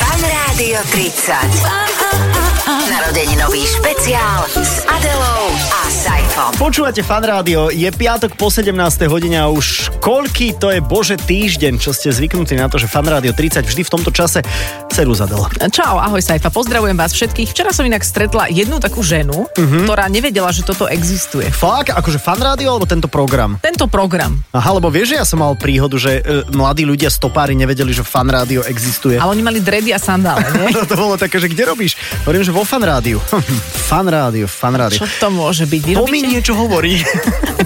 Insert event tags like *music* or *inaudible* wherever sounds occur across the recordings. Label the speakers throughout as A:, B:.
A: Rádio 30. Narodeninový špeciál s Adelou a Saifom.
B: Počúvate fan rádio, je piatok po 17. hodine a už koľký to je bože týždeň, čo ste zvyknutí na to, že fan rádio 30 vždy v tomto čase ceru zadala.
C: Čau, ahoj Saifa, pozdravujem vás všetkých. Včera som inak stretla jednu takú ženu, ktorá nevedela, že toto existuje.
B: Fakt, akože fan rádio alebo tento program?
C: Tento program.
B: Aha, lebo vieš, že ja som mal príhodu, že e, mladí ľudia stopári nevedeli, že fan rádio existuje.
C: Ale oni mali dredy a sandále, nie?
B: *laughs* To, to bolo také, že kde robíš? Hovorím, že vo fan rádiu. *laughs* fan rádio, fan rádio.
C: Čo to môže byť? Vy
B: To mi
C: robíte-
B: niečo hovorí.
C: *laughs*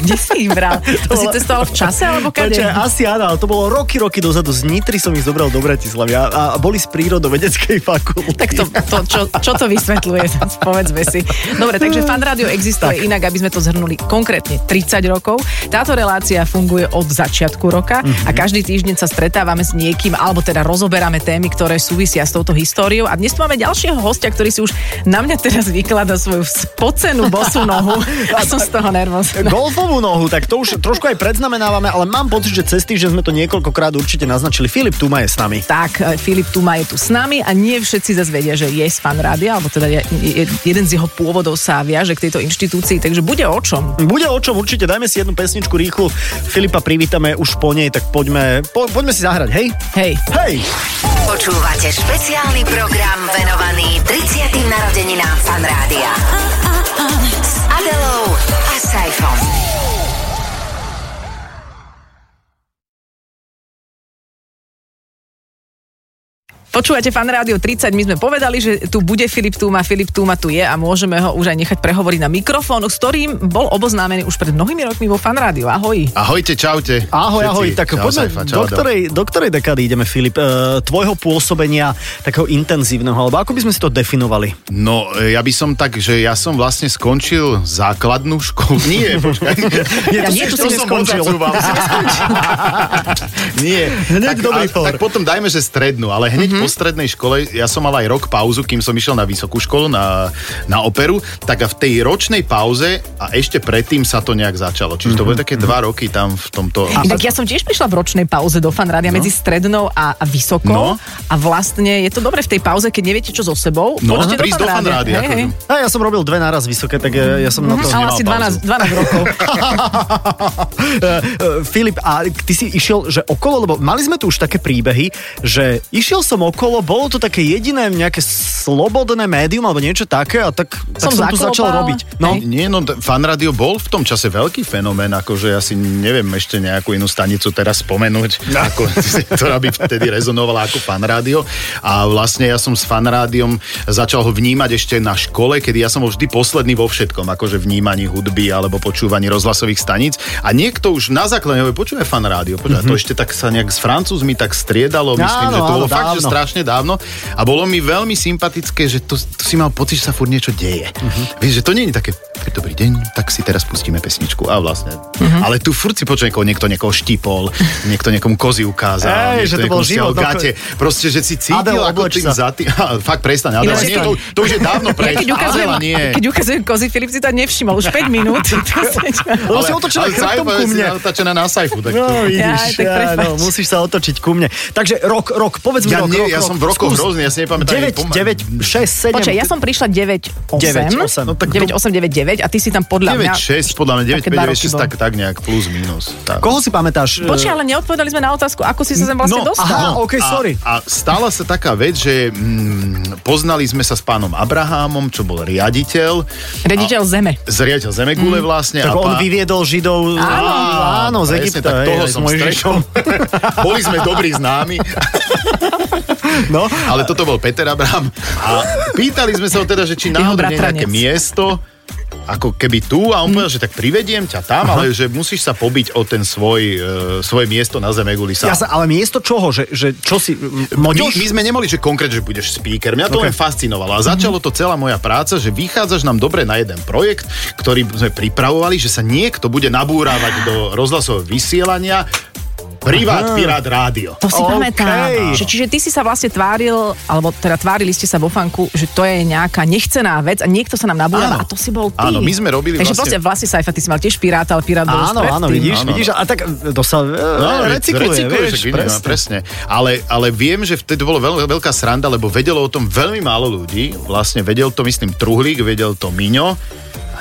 C: Kde si ich bral? To si
B: bolo-
C: cestoval v čase alebo kade?
B: Počkaj, asi áno, ale to bolo roky, roky dozadu. Z Nitry som ich zobral do Bratislavy a, a boli z prírodovedeckej *laughs* fakulty.
C: Tak to, to čo, čo to vysvetľuje, *laughs* povedzme si. Dobre, takže fan rádio existuje tak. inak, aby sme to zhrnuli konkrétne 30 rokov. Táto relácia funguje od začiatku roka mm-hmm. a každý týždeň sa stretávame s niekým, alebo teda rozoberáme témy, ktoré súvisia s touto históriou. A dnes tu máme ďalšieho hostia, ktorý si už na mňa teraz vyklada svoju spocenú bosú nohu a som z toho nervózna.
B: Golfovú nohu, tak to už trošku aj predznamenávame, ale mám pocit, že cez týždeň sme to niekoľkokrát určite naznačili. Filip Tuma je s nami.
C: Tak, e, Filip Tuma je tu s nami a nie všetci zase vedia, že je z fan rádia, alebo teda je, je, jeden z jeho pôvodov sa viaže k tejto inštitúcii, takže bude o čom.
B: Bude o čom určite, dajme si jednu pesničku rýchlu. Filipa privítame už po nej, tak poďme, po, poďme si zahrať, hej?
C: Hej,
B: Hej!
A: Počúvate špeciálny program venovaný 30. narodeninám fan rádia. S Adelou a Saifom.
C: počúvate fan rádio 30, my sme povedali, že tu bude Filip Túma, Filip Túma tu je a môžeme ho už aj nechať prehovoriť na mikrofón, s ktorým bol oboznámený už pred mnohými rokmi vo fan rádiu. Ahoj.
D: Ahojte, čaute.
B: Ahoj,
D: Všetci.
B: ahoj, tak
D: čau,
B: poďme,
D: Saifa,
B: do, ktorej, do ktorej dekády ideme, Filip? E, tvojho pôsobenia, takého intenzívneho, alebo ako by sme si to definovali?
D: No, e, ja by som tak, že ja som vlastne skončil základnú
B: *laughs*
D: školu. Nie, počkaj.
B: Nie,
C: Ja nie, tu si
D: som
B: neskončil. *laughs*
D: odsúval, si neskončil. Nie.
B: Hneď dobrý Mhm.
D: a-
B: for.
D: tak potom dajme, že strednú, ale hneď po strednej škole, ja som mal aj rok pauzu, kým som išiel na vysokú školu, na, na operu, tak a v tej ročnej pauze a ešte predtým sa to nejak začalo. Čiže
B: Mhm.
D: to boli také dva roky tam v tomto...
C: Inak ja som tiež prišla v ročnej pauze do fan rádia no. medzi strednou a, a vysokou
D: No.
C: a vlastne je to dobre v tej pauze, keď neviete čo so sebou,
D: No,
C: poďte do fan
D: prísť do fan
C: rádia.
D: rádia, No,
C: Hej,
D: akože.
B: A
C: hej.
B: ja som robil dve naraz vysoké, tak e, ja som na to...
C: Ale asi
D: nemal
C: 12, 12
D: *laughs*
C: rokov.
B: E, e, *laughs* Filip, a ty si išiel, že okolo, lebo mali sme tu už také príbehy, že išiel som okolo, bolo to také jediné nejaké slobodné médium alebo niečo také a tak, tak som,
C: Som
B: tu začal
C: zaklopal.
B: robiť. No,
C: Hej.
D: Nie, no t- fan rádio bol v tom čase veľký fenomén, akože ja si neviem ešte nejakú inú stanicu teraz spomenúť,
B: No.
D: *laughs* ako, ktorá by vtedy rezonovala ako fan rádio. A vlastne ja som s fan rádiom začal ho vnímať ešte na škole, kedy ja som bol vždy posledný vo všetkom, akože vnímaní hudby alebo počúvaní rozhlasových staníc. A niekto už na základe hovorí, počuje fan rádio, počúva, mm-hmm. to ešte tak sa nejak s francúzmi tak striedalo, myslím,
B: Áno,
D: že to
B: áno,
D: bolo fakt, že
B: dávno.
D: strašne strašne dávno a bolo mi veľmi sympatické, že to, to si mal pocit, že sa furt niečo deje.
B: Mhm.
D: Uh-huh. Vieš, že to nie je také, dobrý deň, tak si teraz pustíme pesničku a vlastne.
B: Mhm.
D: Uh-huh. Ale tu furt si počuje, ako niekto niekoho štipol, niekto niekomu kozy ukázal,
B: Ej, že to
D: niekto
B: bol
D: niekomu stiahol
B: život, no,
D: gate. Proste, že si cítil,
B: Adel,
D: ako
B: obleč
D: tým
B: sa.
D: za tým... *laughs* Fakt, prestaň, ale
C: Ináč
D: nie,
C: je
D: to,
C: to-
D: to
B: *laughs*
D: už je dávno
C: Ja
D: preč.
C: keď ukazujem,
D: Adela, nie.
C: keď ukazujem kozy, Filip si to nevšimol už 5
D: *laughs*
C: minút. To si-
B: Lebo No, si otočila chrbtom
D: Saifa
B: ku
D: si
B: mne.
D: natočená na sajfu. Tak to...
B: No,
C: Jaj,
B: vidíš,
C: tak
B: ja,
C: prepáč.
B: no, musíš sa otočiť ku mne. Takže rok, rok, povedz mi
D: Ja,
B: rok,
D: nie,
B: rok,
D: ja
B: rok.
D: som v rokoch
B: Skús.
D: hrozný, ja si nepamätám. ani
B: 9,
D: poma-
B: 9, 6, 7.
C: Počkaj, ja som prišla 9, 8.
B: 9, 8. No, tak
C: 9, 8, 9, 9 a ty si tam podľa mňa...
D: 9-6, podľa mňa 9
C: Také dva roky
D: 6
C: bol.
D: tak, tak nejak plus minus. Tak.
B: Koho si pamätáš?
C: Počkaj, ale neodpovedali sme na otázku, ako si sa sem vlastne
B: No,
D: No,
B: aha.
C: dostal.
B: OK, sorry.
D: A, a stala sa taká vec, že mm, poznali sme sa s pánom Abrahámom, čo bol riaditeľ.
C: Rediteľ zeme.
D: A, z riaditeľ Zemegule mm. vlastne.
B: Tak
D: a
B: on
D: pán-
B: vyviedol Židov áno, áno, z
D: presne,
B: Egypta.
D: Tak
B: hej,
D: toho
B: aj s
D: som
B: Mojžišom.
D: stretol.
B: *laughs*
D: Boli sme dobrí známi,
B: No,
D: ale toto bol Peter Abraham. A pýtali sme sa ho teda, že či
C: Jeho
D: náhodou nie je nejaké
C: bratranec.
D: miesto, ako keby tu
B: Mm.
D: a on povedal, že tak privediem ťa tam, ale že musíš sa pobiť o ten svoj, e, svoje miesto na Zemeguli sám.
B: ja sa, ale miesto čoho? Že, že čo si... m-
D: My,
B: Moďoš?
D: my sme nemali, že konkrétne, že budeš speaker. Mňa to
B: Ok.
D: okay. len fascinovalo. A začalo to celá moja práca, že vychádzaš nám dobre na jeden projekt, ktorý sme pripravovali, že sa niekto bude nabúrávať do rozhlasového vysielania Privát Pirát Rádio.
C: To
B: OK.
C: si okay. pamätám. Že, čiže ty si sa vlastne tváril, alebo teda tvárili ste sa vo fanku, že to je nejaká nechcená vec a niekto sa nám nabúrava a
D: Áno.
C: to si bol ty.
D: Áno, my sme robili
C: Takže vlastne,
D: vlastne-
C: vlastne Saifa, ty si mal tiež piráta, ale pirát bol už
B: Áno,
C: predtým.
B: áno, vidíš,
D: Áno,
B: vidíš, a tak e, to sa no, recykluje, vieš,
D: však vidíš, no,
B: presne.
D: presne. Ale, ale viem, že vtedy bolo veľ, veľká sranda, lebo vedelo o tom veľmi málo ľudí. Vlastne vedel to, myslím, Truhlík, vedel to Miňo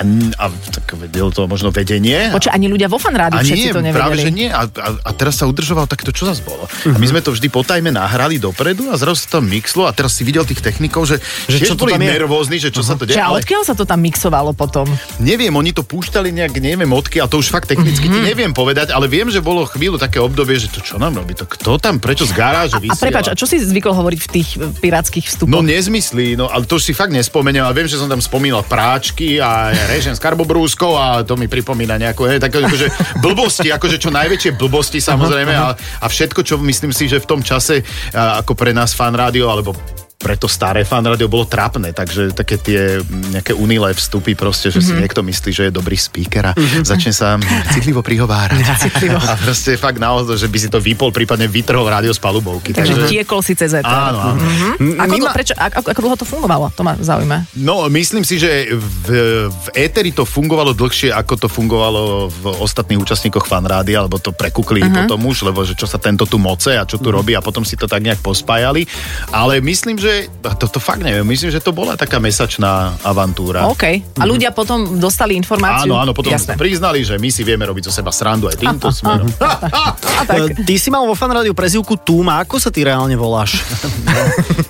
D: a, a tak vedel to možno vedenie.
C: Počkaj, ani ľudia vo fanrádiu
D: A
C: všetci
D: nie,
C: to nevedeli.
D: práve že nie. A, a, a teraz sa udržoval, tak to čo zase bolo? A
C: Mhm.
D: my sme to vždy potajme nahrali dopredu a zrazu sa tam mixlo a teraz si videl tých technikov, že,
B: Že
D: že
B: čo
D: tiež
B: to
D: boli
B: tam je?
D: nervózni, že čo sa to deje.
C: Čiže, ale
D: Ale
C: odkiaľ sa to tam mixovalo potom?
D: neviem, oni to púšťali nejak, neviem odkiaľ, to už fakt technicky
C: Mhm.
D: ti neviem povedať, ale viem, že bolo chvíľu také obdobie, že to čo nám robí, to kto tam, prečo z
C: A
D: garáže vysiela?
C: prepáč, a čo si zvykol hovoriť v tých e, pirátskych vstupoch?
D: No nezmyslí, no ale to už si fakt nespomeniem a viem, že som tam spomínal práčky a ja režim s karbobrúskou a to mi pripomína nejakú, hej, také akože blbosti, akože čo najväčšie blbosti samozrejme a, a všetko, čo myslím si, že v tom čase a, ako pre nás fan rádio alebo preto staré fan rádio bolo trapné, takže také tie mm, nejaké unilé vstupy proste, že mm-hmm. si niekto myslí, že je dobrý speaker a mm-hmm. začne sa citlivo prihovárať. citlivo. A proste fakt naozaj, že by si to vypol, prípadne vytrhol rádio z palubovky.
C: Takže Mhm. tiekol si cez éter.
D: Áno, áno.
C: Ako, to,
B: Mima-
C: prečo, ako, ako dlho to fungovalo? To ma zaujíma.
D: No, myslím si, že v, v éteri to fungovalo dlhšie, ako to fungovalo v ostatných účastníkoch fanrády, alebo to prekukli
B: Mhm.
D: uh-huh. potom už, lebo že čo sa tento tu moce a čo tu robí a potom si to tak nejak pospájali. Ale myslím, že, a to, to fakt neviem, myslím, že to bola taká mesačná avantúra.
C: OK. A ľudia potom dostali informáciu?
D: Áno, áno, potom
C: Jasné.
D: priznali, že my si vieme robiť zo seba srandu aj týmto
B: *laughs*
D: smerom. *laughs*
C: A tak.
B: E, Ty si mal vo fanrádiu prezivku Tuma, ako sa ty reálne
D: *laughs*
B: voláš?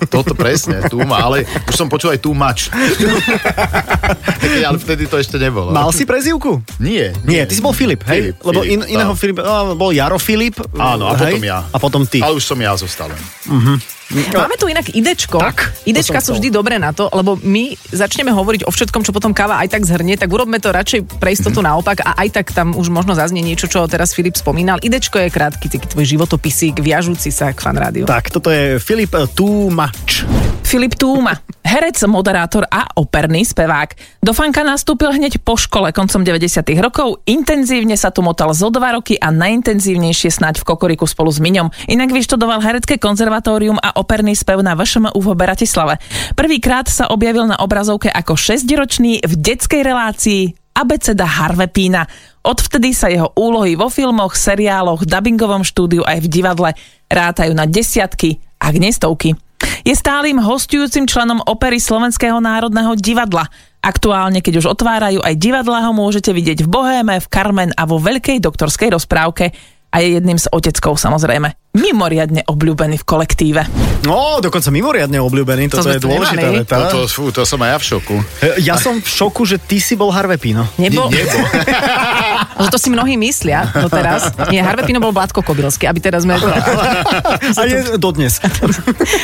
D: Toto presne, tu má, ale už som počul aj tu
B: *laughs*
D: mač. *laughs* ale vtedy to ešte nebolo.
B: Mal si prezivku?
D: Nie,
B: Nie, ty si bol Filip, hej?
D: Filip,
B: Lebo
D: Filip, no.
B: in, iného
D: áno.
B: Filip, á, bol Jaro Filip.
D: Áno, a
B: hej?
D: potom ja.
B: A potom ty.
D: Ale už som ja zostal len.
C: Máme tu inak idečko.
B: Tak,
C: Idečka
B: to som
C: sú vždy dobré na to, lebo my začneme hovoriť o všetkom, čo potom káva aj tak zhrnie, tak urobme to radšej pre istotu naopak a aj tak tam už možno zaznie niečo, čo teraz Filip spomínal. Idečko je krátky, taký tvoj životopisík, viažúci sa k fanrádiu.
B: Tak, toto je Filip e, Tumač.
E: Filip Túma, herec, moderátor a operný spevák. Do fanka nastúpil hneď po škole koncom 90. rokov, intenzívne sa tu motal zo dva roky a najintenzívnejšie snáď v Kokoriku spolu s Miňom. Inak vyštudoval herecké konzervatórium a operný spev na VŠMU v Bratislave. Prvýkrát sa objavil na obrazovke ako 6-ročný v detskej relácii Abeceda Harvepína. Odvtedy sa jeho úlohy vo filmoch, seriáloch, dubbingovom štúdiu aj v divadle rátajú na desiatky, ak nie stovky. Je stálym hostujúcim členom opery Slovenského národného divadla. Aktuálne, keď už otvárajú aj divadlá, ho môžete vidieť v Bohéme, v Carmen a vo veľkej doktorskej rozprávke a je jedným z oteckov samozrejme. Mimoriadne obľúbený v kolektíve.
B: No, dokonca mimoriadne obľúbený, toto
C: sme
B: je
C: tu
B: dôležitá
C: nemali.
B: veta.
D: To, to, fú, to som aj ja v šoku.
B: E, Ja som v šoku, že ty si bol Harvey
D: *laughs*
B: Pino.
C: Nebo,
B: *laughs*
E: No.
D: Nebo.
C: že to si mnohí myslia doteraz. Nie, Harvey Pino bol Vládko Kobylský, aby teraz sme... *laughs*
B: A je dodnes.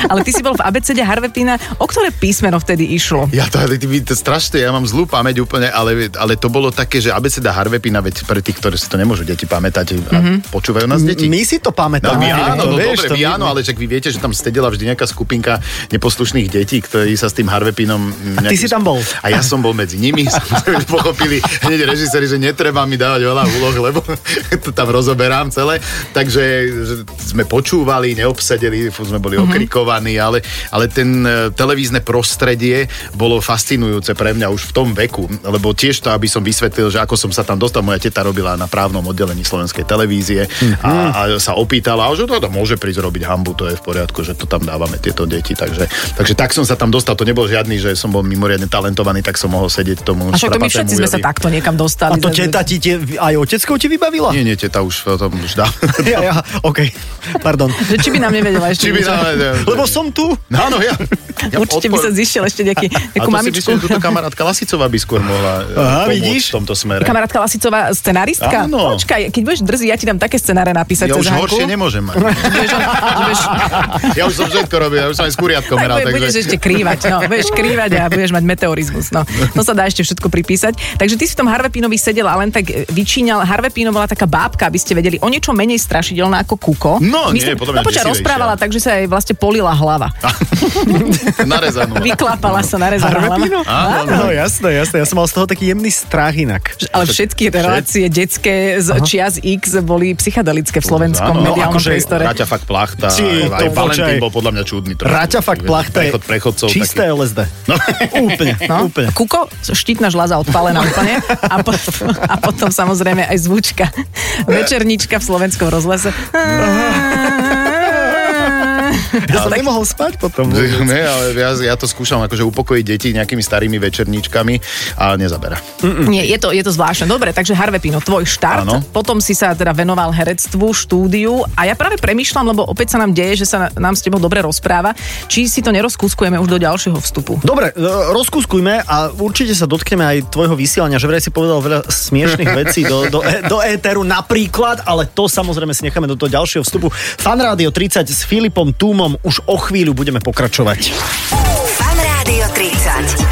C: Ale ty si bol v abecede Harvey Pina, o ktoré písmeno vtedy išlo?
D: Ja to, ty, vy to strašne, ja mám zlú pamäť úplne, ale, ale to bolo také, že abeceda Harvepina, veď pre tých, ktorí si to nemôžu deti pamätať, a počúvajú nás deti.
B: My si to
D: No,
B: pamätáme.
D: my áno, no,
B: vieš,
D: dobre,
B: to
D: my
B: my-
D: áno, ale však vy viete, že tam sedela vždy nejaká skupinka neposlušných detí, ktorí sa s tým Harvepinom...
B: A ty si tam bol.
D: A ja som bol medzi nimi, *laughs* samozrejme, že pochopili hneď režiséri, že netreba mi dávať veľa úloh, lebo *laughs* to tam rozoberám celé. Takže že sme počúvali, neobsedeli, fú, sme boli
B: Mhm.
D: okrikovaní, ale, ale ten e, televízne prostredie bolo fascinujúce pre mňa už v tom veku, lebo tiež to, aby som vysvetlil, že ako som sa tam dostal, moja teta robila na právnom oddelení slovenskej televízie a, a sa opýtala, a že no, to môže prísť robiť hambu, to je v poriadku, že to tam dávame tieto deti. Takže, takže tak som sa tam dostal, to nebol žiadny, že som bol mimoriadne talentovaný, tak som mohol sedieť tomu.
C: A však to my
D: šprapatému
C: všetci sme sa
D: ujovi.
C: takto niekam
B: A
C: dostali.
B: to teta ti tie, aj oteckou ti vybavila?
D: Nie, nie, teta už o tom už dá.
B: *laughs* Ja, ja, OK, pardon.
C: Že či by nám nevedela ešte
D: *laughs* Či by *laughs*
C: niečo.
D: nám...
B: Lebo som tu.
D: No, áno, ja. ja
C: Určite by sa zišiel ešte
D: *laughs*
C: nejaký,
D: A
C: nejakú
D: to si
C: mamičku.
D: myslím, že
C: *laughs*
D: túto kamarátka Lasicová by skôr mohla
B: Aha,
D: Aha, pomôcť
B: vidíš?
D: v tomto smere.
C: Kamarátka Lasicová, scenaristka?
D: Áno.
C: Počkaj, keď budeš drzý, ja ti dám také scenáre napísať
D: Ja
C: cez
D: už
C: Hanku.
D: horšie nemôžem mať. rád.
C: Vieš, on- budeš,
D: Ja už som všetko robil, ja už som aj s kuriatkom
C: tak
D: rád.
C: bude, budeš ešte krývať, no,
D: *laughs*
C: budeš krývať a budeš mať meteorizmus, no. To sa dá ešte všetko pripísať. Takže ty si v tom Harvepinovi sedel a len tak e, vyčíňal. Harvepino bola taká bábka, aby ste vedeli, o niečo menej strašidelná ako Kuko.
D: No, nie, podľa mňa
C: no počkaj,
D: desivejšia.
C: rozprávala, takže sa jej vlastne polila
D: *laughs*
C: hlava.
D: Narezanú.
C: Vyklapala sa, narezaná
B: Harvepino?
C: hlava.
B: Áno, No, jasné, jasné. Ja som mal z toho taký jemný strach inak.
C: Ale všetky relácie detské z čias X boli psychedelické v slovenskom
D: Áno. No,
C: mediálnom
B: akože
C: priestore.
D: Raťa fakt plachta.
B: Ty,
D: aj, aj
B: to
D: Valentín
B: počkaj.
D: bol podľa mňa čudný. trošku.
B: Raťa fakt plachta je
D: Prechod prechodcov.
B: čisté LSD.
D: No.
B: Úplne,
C: No,
B: úplne.
C: Kuko, štítna žľaza odpalená úplne a, po, a potom samozrejme aj zvučka. Večernička v slovenskom rozhlase.
B: Ja som nemohol spať potom.
D: *laughs* Nie, ale ja, ja to skúšam akože upokojiť deti nejakými starými večerníčkami a nezabera.
C: Nie, je to, je to zvláštne. Dobre, takže Harvepino, tvoj štart.
D: Áno.
C: Potom si sa teda venoval herectvu, štúdiu a ja práve premýšľam, lebo opäť sa nám deje, že sa na- nám s tebou dobre rozpráva, či si to nerozkúskujeme už do ďalšieho vstupu.
B: Dobre, e, rozkúskujme a určite sa dotkneme aj tvojho vysielania, že vraj si povedal veľa smiešných vecí do, do, e- do éteru napríklad, ale to samozrejme si necháme do toho ďalšieho vstupu. Fan Rádio 30 s Filipom Túmom už o chvíľu budeme pokračovať.
A: Fan Rádio 30.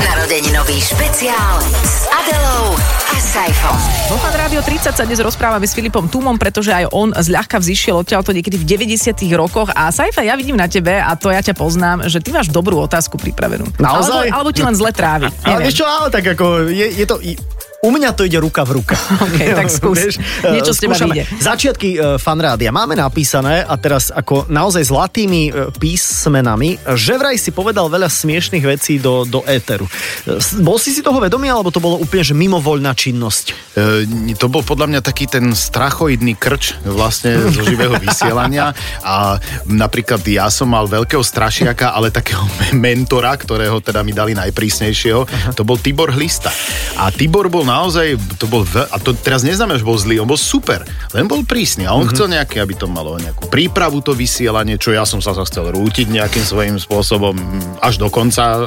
A: Narodeninový špeciál s Adelou a Saifom.
C: Vo Fan Rádio 30 sa dnes rozprávame s Filipom Tumom, pretože aj on zľahka vzýšiel odtiaľto niekedy v 90 rokoch a Saifa, ja vidím na tebe a to ja ťa poznám, že ty máš dobrú otázku pripravenú.
B: Naozaj?
C: Alebo, alebo ti len zle trávi.
B: Ale
C: Neviem.
B: vieš čo, ale tak ako je, je to... i- U mňa to ide ruka v ruka.
C: *laughs* OK,
B: *laughs*
C: tak skús.
B: e,
C: Niečo z teba
B: skúšame.
C: vyjde.
B: Začiatky e, fanrádia máme napísané a teraz ako naozaj zlatými e, písmenami, že vraj si povedal veľa smiešných vecí do, do éteru. E, s- Bol si si toho vedomý, alebo to bolo úplne že mimovoľná činnosť?
D: E, to bol podľa mňa taký ten strachoidný krč vlastne zo živého vysielania a napríklad ja som mal veľkého strašiaka, ale takého *laughs* me- mentora, ktorého teda mi dali najprísnejšieho, to bol Tibor Hlista. A Tibor bol naozaj, to bol, veľ, a to teraz neznamená, že bol zlý, on bol super, len bol prísny a on chcel nejaký, aby to malo nejakú prípravu to vysielanie, čo ja som sa zase chcel rútiť nejakým svojím spôsobom mm, až do konca, e,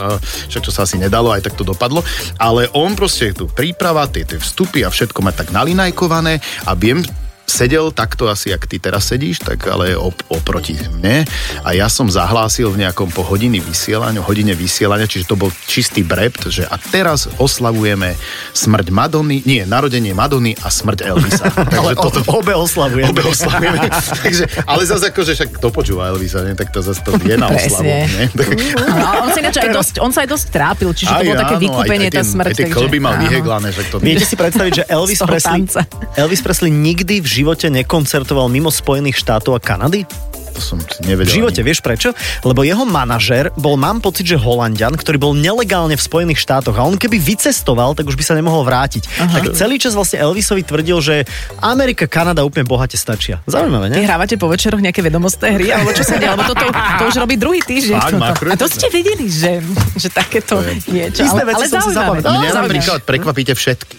D: však čo sa asi nedalo, aj tak to dopadlo, ale on proste tu príprava, tie, tie vstupy a všetko má tak nalinajkované a viem, sedel takto asi, jak ty teraz sedíš, tak ale op- oproti mne a ja som zahlásil v nejakom po hodiny vysielania, hodine vysielania, čiže to bol čistý brept, že a teraz oslavujeme smrť Madony, nie, narodenie Madony a smrť Elvisa.
B: *laughs*
D: Takže
B: ale
D: toto...
B: o, obe oslavujeme.
D: Obe
C: *laughs*
D: oslavujeme. Takže, ale zase akože však to počúva Elvisa, nie? tak to zase to je na oslavu.
C: Presne.
D: Nie? Tak,
C: Áno, ale on, sa ináč aj dosť, on sa aj dosť trápil, čiže to
D: Aj,
C: bolo také
D: áno, aj-
C: vykúpenie,
D: aj
C: tá
D: tie-
C: smrť.
D: Aj tie
C: takže-
D: klby mal
C: áno.
D: vyheglané, však to...
B: Viete si
C: *laughs*
B: predstaviť, že Elvis
C: Z toho
B: Presley,
C: tanca.
B: Elvis Presley nikdy v živote nekoncertoval mimo Spojených štátov a Kanady?
D: To som nevedel.
B: V živote,
D: ani.
B: vieš prečo? Lebo jeho manažer bol, mám pocit, že Holandian, ktorý bol nelegálne v Spojených štátoch a on keby vycestoval, tak už by sa nemohol vrátiť. Aha. Tak celý čas vlastne Elvisovi tvrdil, že Amerika, Kanada úplne bohate stačia. Zaujímavé, ne?
C: Vy hrávate po večeroch nejaké vedomostné hry, alebo čo sa deje, lebo toto, to už robí druhý týždeň.
D: Fakt,
C: toto.
D: makro-
C: A to ste vedeli, že, že takéto niečo.
B: Isté
C: Ale,
B: veci
C: ale
B: som si
C: zaujímavé.
B: zapamätal.
D: Mňa
C: Zaujímavé.
D: napríklad prekvapíte všetky.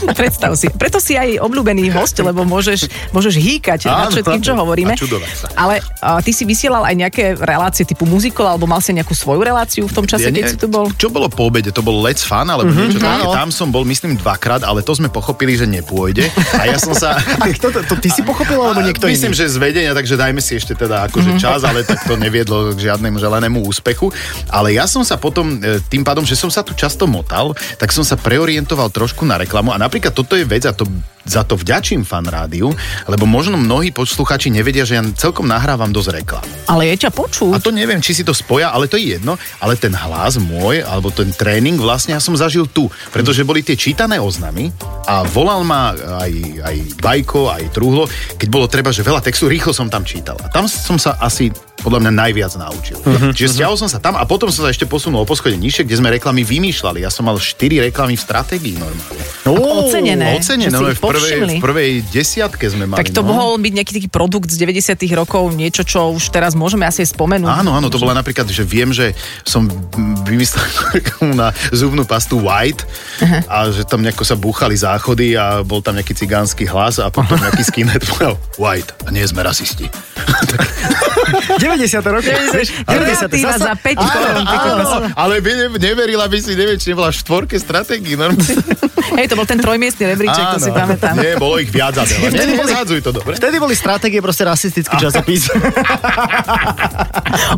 C: Predstav si. Preto si aj obľúbený host, lebo môžeš, môžeš hýkať nad
D: Áno,
C: všetkým, čo
D: áno.
C: hovoríme.
D: A čudovať sa.
C: Ale uh, ty si vysielal aj nejaké relácie typu muzikol, alebo mal si nejakú svoju reláciu v tom čase,
D: Ja
C: keď
D: nie-
C: si tu bol? Mhm.
D: Čo bolo po obede? To bol Let's Fun, alebo mm-hmm, niečo také.
B: áno.
D: Tam som bol, myslím, dvakrát, ale to sme pochopili, že nepôjde. A ja som sa...
C: *laughs*
B: A kto to, to ty si pochopil, alebo niekto
D: A
B: iný?
D: Myslím,
B: Mhm.
D: že z vedenia, takže dajme si ešte teda akože čas, ale tak to neviedlo k žiadnemu želenému úspechu. Ale ja som sa potom, e, tým pádom, že som sa tu často motal, tak som sa preorientoval trošku na reklamu a napríklad toto je vec a to za to vďačím fan rádiu, lebo možno mnohí posluchači nevedia, že ja celkom nahrávam dosť reklam.
C: Ale je ťa počuť.
D: A to neviem, či si to spoja, ale to je jedno. Ale ten hlas môj, alebo ten tréning vlastne ja som zažil tu. Pretože boli tie čítané oznamy a volal ma aj, aj Bajko, aj Truhlo. Keď bolo treba, že veľa textu, rýchlo som tam čítal. A tam som sa asi podľa mňa najviac naučil.
C: Mhm,
D: Čiže stiahol som sa tam a potom som sa ešte posunul o poschodie nižšie, kde sme reklamy vymýšľali. Ja som mal 4 reklamy v stratégii normálne.
C: No,
B: Ó,
C: Ocenené.
D: Ocenené,
C: Že si
D: no,
C: ich
D: v, prvej,
C: povšimli.
D: v prvej desiatke sme mali.
C: Tak to
D: no.
C: mohol byť nejaký taký produkt z 90 rokov, niečo, čo už teraz môžeme asi aj spomenúť.
D: Áno, áno, to bola napríklad, že viem, že som vymyslel *laughs* takú na zubnú pastu White a že tam nejako sa búchali záchody a bol tam nejaký cigánsky hlas a potom nejaký skinhead povedal White a nie sme rasisti.
B: 90. roky.
C: 90. za 5 korún. ty kokos.
D: ale by ne, neverila by si, neviem, či nebola v štvorke stratégii. normálne.
C: Hej, to bol ten trojmiestný rebríček, to
D: Áno.
C: si pamätám. pamätám.
D: Nie, bolo ich viac Adela. Nie,
B: Vtedy boli-
D: nezhádzuj to, dobre?
B: Vtedy boli stratégie proste rasistický
D: *laughs*
B: časopis.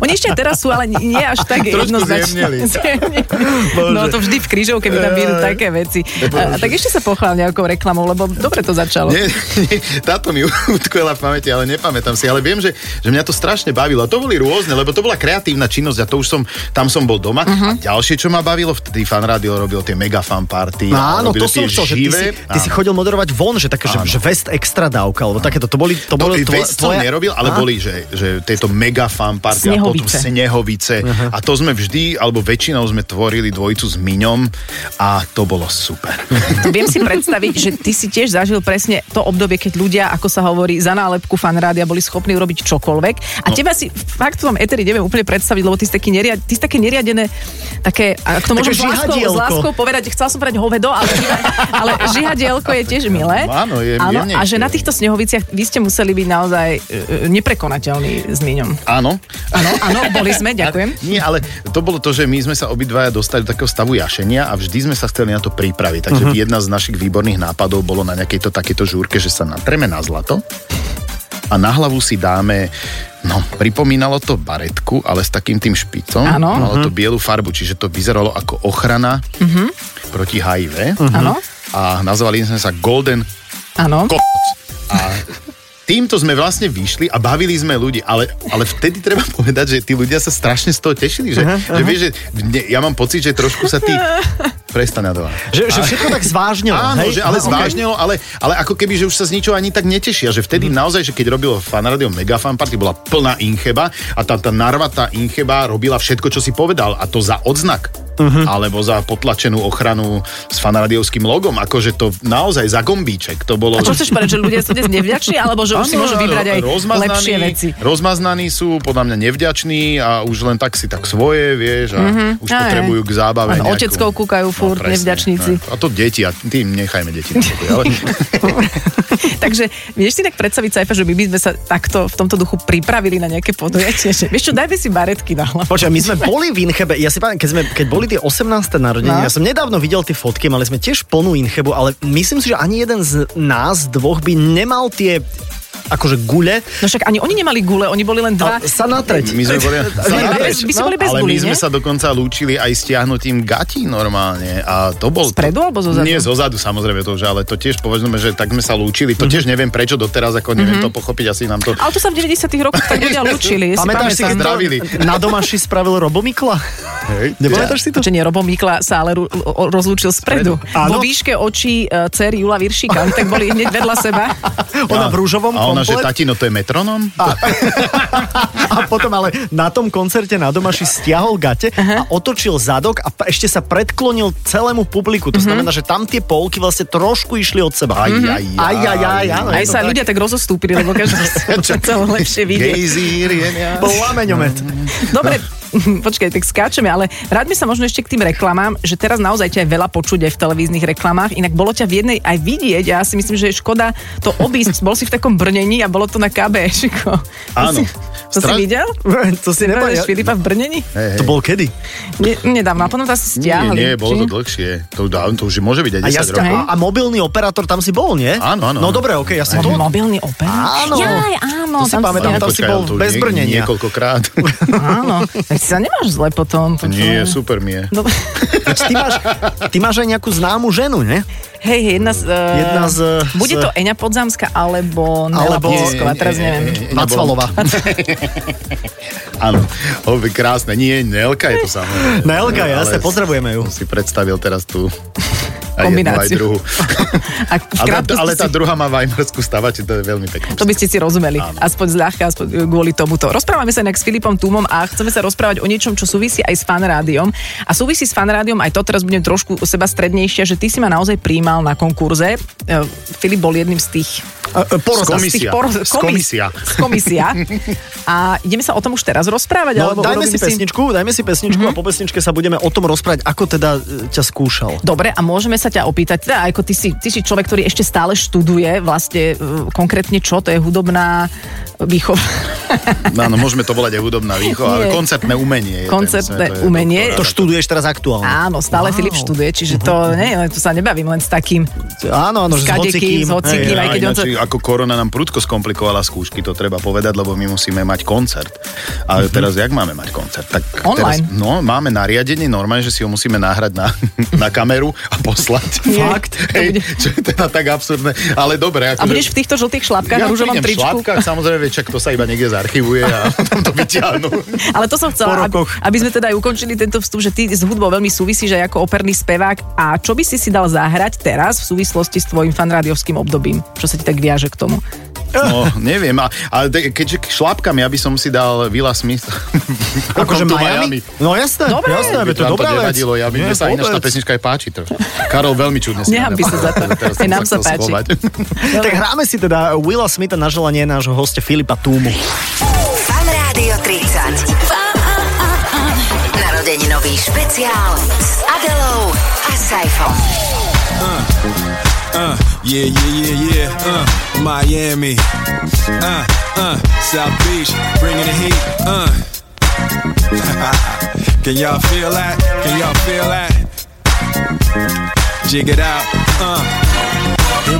C: Oni ešte teraz sú, ale nie nie až tak
D: Trošku
C: jednoznačne.
D: zjemnili.
C: *laughs* Zjemnili. no to vždy v krížovke by tam vyjdú také veci. A, a tak ešte sa pochvál nejakou reklamou, lebo dobre to začalo.
D: Nie, nie, táto mi *laughs* utkvela v pamäti, ale nepamätám si. Ale viem, že, že mňa to strašne bavilo. A to boli rôzne, lebo to bola kreatívna činnosť a to už som, tam som bol doma. Uh-huh. A
B: Mhm.
D: ďalšie, čo ma bavilo, vtedy fan rádio robil tie mega fan party.
B: No
D: a
B: áno, to
D: robil
B: som
D: tie
B: chcel, že ty si, ty si
D: áno.
B: chodil moderovať von, že také, že,
D: Áno. No,
B: že vest extra dávka, alebo takéto, to boli, to
D: To
B: bolo
D: bolo
B: tvoja...
D: som nerobil,
B: Á,
D: ale boli, že, že tieto mega fan party a potom
E: Snehovice.
D: snehovice. A to sme vždy, alebo väčšinou sme tvorili dvojicu s Miňom a to bolo super.
B: Mhm.
C: Viem si predstaviť, že ty si tiež zažil presne to obdobie, keď ľudia, ako sa hovorí, za nálepku fanrádia boli schopní urobiť čokoľvek. A no. teba si fakt v tom eteri neviem úplne predstaviť, lebo ty si, taký neria, ty si také neriadené, také, ak to môžem s láskou, s
B: žihadielko.
C: láskou povedať, chcela som povedať hovedo, ale, živa- ale žihadielko je tiež milé.
D: No, áno, je
C: áno, A
D: jemnejšie.
C: že na týchto snehoviciach vy ste museli byť naozaj e, e, neprekonateľní s Miňom.
D: Áno.
C: Áno, áno, boli sme, ďakujem.
D: Nie, ale to bolo to, že my sme sa obidvaja dostali do takého stavu jašenia a vždy sme sa chceli na to pripraviť. Takže
C: Mhm.
D: uh-huh. jedna z našich výborných nápadov bolo na nejakejto takéto žúrke, že sa natreme na zlato a na hlavu si dáme No, pripomínalo to baretku, ale s takým tým špicom.
C: Áno. Mhm.
D: Malo to bielu farbu, čiže to vyzeralo ako ochrana proti HIV.
C: Áno,
D: A nazvali sme sa Golden
C: áno.
D: kokot. A týmto sme vlastne vyšli a bavili sme ľudí, ale, ale vtedy treba *laughs* povedať, že tí ľudia sa strašne z toho tešili, že, uh-huh, že vieš, že ne, ja mám pocit, že trošku
C: *laughs*
D: sa tí... Prestaň Adela.
B: Že, že všetko tak zvážnilo,
D: Áno,
B: hej?
D: že, ale
B: Aha,
D: zvážnilo, ale, ale ako keby, že už sa z ničoho ani tak netešia, že vtedy
C: Mhm.
D: mm. naozaj, že keď robilo fanradio Megafan Party, bola plná incheba a tá, tá narvatá incheba robila všetko, čo si povedal a to za odznak.
C: Mhm.
D: Uh-huh. alebo za potlačenú ochranu s fanradiovským logom, akože to naozaj za gombíček, to
C: A
D: bolo...
C: čo chceš povedať, že ľudia sú dnes nevďační, alebo že už si
D: Áno,
C: môžu vybrať aj
D: rozmaznaní-
C: lepšie veci?
D: Rozmaznaní sú podľa mňa nevďační a už len tak si tak svoje, vieš, a mm-hmm. už
C: Mhm. Aj, aj.
D: potrebujú k zábave
C: Áno,
D: nejakú. No,
C: oteckou kúkajú furt,
D: presne,
C: nevďačníci.
D: tak. A to deti, a tým nechajme deti. na pokoj,
C: *laughs*
D: Ale...
C: Takže vieš si tak predstaviť, Saifa, že by by sme sa takto v tomto duchu pripravili na nejaké podujatie? Že, vieš čo, dajme si baretky na hlavu.
B: Počkaj, my sme boli v Inchebe, ja si pamätám, keď, sme, keď boli tie 18. narodeniny,
C: No.
B: no. ja som nedávno videl tie fotky, mali sme tiež plnú Inchebu, ale myslím si, že ani jeden z nás dvoch by nemal tie akože gule.
C: No však ani oni nemali gule, oni boli len dva.
B: A No, sa natreť.
D: My sme boli...
C: iba bez- by ste boli bez
D: ale
C: guli,
D: my sme
C: nie?
D: sa dokonca lúčili aj stiahnutím gatí normálne. A to bol...
C: Spredu alebo zo zadu?
D: Nie, zo zadu samozrejme to už, ale to tiež povedzme, že tak sme sa lúčili.
C: Mhm.
D: To tiež neviem prečo doteraz, ako neviem to pochopiť, asi nám to...
C: Ale to sa v 90 rokoch tak
B: *laughs*
C: ľudia lúčili. si
B: Pamätáš si,
D: sa
B: keď to
D: zdravili.
B: na domaši spravil Robomikla?
D: Hej.
B: Nepamätáš si to?
C: Že nie, Robo Mikla sa ale ru- o- rozlúčil spredu.
B: Áno.
C: Vo výške očí e, dcery Jula Viršíka, oni tak boli hneď vedľa seba.
B: Ona v rúžovom
D: A ona, že
B: komplet.
D: tatino, to je metronom?
B: A potom ale na tom koncerte na domaši stiahol gate a otočil zadok a pa- ešte sa predklonil celému publiku. To znamená, že tam tie polky vlastne trošku išli od seba. Mhm.
D: Aj, aj,
B: Aj, aj, aj, áno.
C: Aj
B: *laughs* je to
C: sa
B: tak.
C: ľudia tak rozostúpili, lebo každý
B: *laughs*
C: sa chcel lepšie vidieť.
D: Gejzír je nejak-
B: Plameňomet.
C: Dobre, *laughs*
D: No.
C: počkaj, tak skáčeme, ale ráďme sa možno ešte k tým reklamám, že teraz naozaj ťa je veľa počuť aj v televíznych reklamách, inak bolo ťa v jednej aj vidieť a ja si myslím, že je škoda to obísť. Bol si v takom brnení a bolo to na KBŠko.
D: Áno.
C: To si, to si
D: Stra-
C: videl?
B: *laughs* To si
C: Nemáš
B: nepamätáš.
C: Filipa v brnení?
B: To
D: Hej, hej.
B: bol kedy?
C: Ne, nedávno, a potom to asi
D: Nie,
C: stiahli.
D: nie, bolo to
C: či?
D: dlhšie. To, dá- to už môže byť aj
B: A,
D: 10
B: ja ste,
D: rokov.
B: a, a mobilný operátor tam si bol, nie?
D: Áno, áno,
B: No
D: áno.
B: dobre, okej, ja som to...
C: To bol mobilný open?
B: Áno.
C: Jaj, áno.
B: To si pamätám, tam si
D: počkaj,
B: bol
D: ale to už
B: bez
D: nie-
B: brnenia.
D: Niekoľkokrát.
C: *laughs* Áno, tak si sa nemáš zle potom. počúvaj.
D: nie, super mi je.
C: Dobre.
B: Veď Ty máš, ty máš aj nejakú známu ženu, ne?
C: Hej, hej, jedna z... Uh,
B: Jedna z-
C: Bude
B: z-
C: to Eňa Podzámska alebo Nela
B: Alebo-
C: Polinsková, teraz neviem.
D: E,
B: Václavová.
D: Áno, obe krásne. Nie, Nelka je to samozrejme.
B: Nelka,
D: Ale
B: jasne, pozdravujeme ju.
D: Som si predstavil teraz tú aj jednu, aj
C: Kombináciu. *laughs*
D: druhú.
C: A v
D: Ale,
C: krátkosti
D: ale tá
C: si-
D: druhá má Weimarskú stavači, to je veľmi pekné.
C: To by ste si rozumeli, aspoň zľahka, aspoň e, kvôli tomuto. Rozprávame sa inak s Filipom Túmom a chceme sa rozprávať o niečom, čo súvisí aj s fanrádiom. A súvisí s fanrádiom aj to, teraz budem trošku u seba strednejšia, že ty si ma naozaj príjmal na konkurze. E, Filip bol jedným z tých
B: e,
D: Porota.
C: z tých
D: Komisia.
C: poro-
D: Z
C: komis-
D: komisia.
C: z komisia. A ideme sa o tom už teraz rozprávať?
B: No,
C: alebo
B: dajme si
C: urobíme
B: pesničku, Mhm. dajme si pesničku a po pesničke sa budeme o tom rozprávať, ako teda e, ťa skúšal.
C: Dobre, a môžeme sa ťa opýtať, teda ako ty si, ty si človek, ktorý ešte stále študuje vlastne e, konkrétne čo, to je hudobná e, výchova. *laughs*
D: No, Áno, môžeme to volať aj hudobná výchova, ale
C: Nie.
D: koncertné umenie. je ten
C: Koncertné
D: svet,
C: umenie.
D: doktorát.
B: To študuješ teraz aktuálne.
C: Áno, stále wow. Filip študuje, čiže to, nie, len tu sa nebavím len s takým.
B: Áno, áno, že s
C: Skadekým,
B: hocikým.
C: s hocikým,
B: Hej,
C: aj keď
D: a
C: on to-
D: ináč, ako korona nám prudko skomplikovala skúšky, to treba povedať, lebo my musíme mať koncert. A teraz, jak máme mať koncert? Tak
C: Mhm. Online.
D: Teraz, no, máme nariadenie normálne, že si ho musíme nahrať na, *laughs* na kameru a
C: *laughs*
D: poslať.
C: Fakt?
D: Hej, čo je teda tak absurdné. Ale dobre.
C: A
D: Ako
C: budeš v týchto žltých šlapkách
D: ja
C: a rúžovom
D: prídem
C: tričku.
D: v
C: *laughs*
D: šlápkach, samozrejme, čak to sa iba niekde zarchivuje a *laughs* potom to
C: *laughs*
D: vyťahnú.
C: Ale to som
B: Po
C: chcela, aby,
B: rokoch.
C: aby sme teda aj ukončili tento vstup, že ty s hudbou veľmi súvisíš aj ako operný spevák. A čo by si si dal zahrať teraz v súvislosti s tvojim fanrádiovským obdobím? Čo sa ti tak viaže k tomu?
D: No, neviem. A, ale te- keďže k šlápkam, ja by som si dal Villa Smith. *laughs*
B: Akože
D: Welcome to
B: Miami? No jasné,
C: Dobre.
B: jasné, veď
D: by
B: to je
D: vám
B: dobrá
D: to
B: vec.
D: nevadilo, ja by
B: Nie,
D: mne sa ináč tá
B: vôbec.
D: pesnička aj páči. To. Karol veľmi čudne si
C: Nehanbí sa za to.
D: Teraz
C: Aj
D: som
C: nám sa
D: chcel
B: *laughs*
C: páči.
D: schovať.
B: Tak hráme si teda Willa Smitha na želanie nášho hostia Filipa Túmu.
A: Fan Rádio 30. Narodeninový špeciál s Adelou a Saifom.
F: Uh, yeah, yeah, yeah, yeah. Uh, Miami. Uh, uh, South Beach, bringing the heat. Uh. *laughs* Can y'all feel that? Can y'all feel that? Jig it out. Uh. Here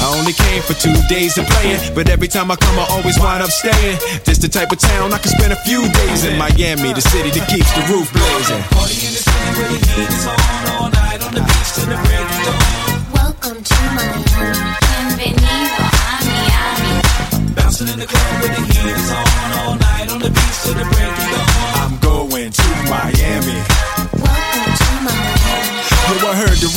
F: I only came for two days of playing, but every time I come, I always wind up staying. This the type of town I can spend a few days in. Miami, the city that keeps the roof blazing.
G: Welcome to Miami. Bienvenido a Miami.
F: I'm going to Miami.
G: Welcome to Miami.
F: Yo, I heard the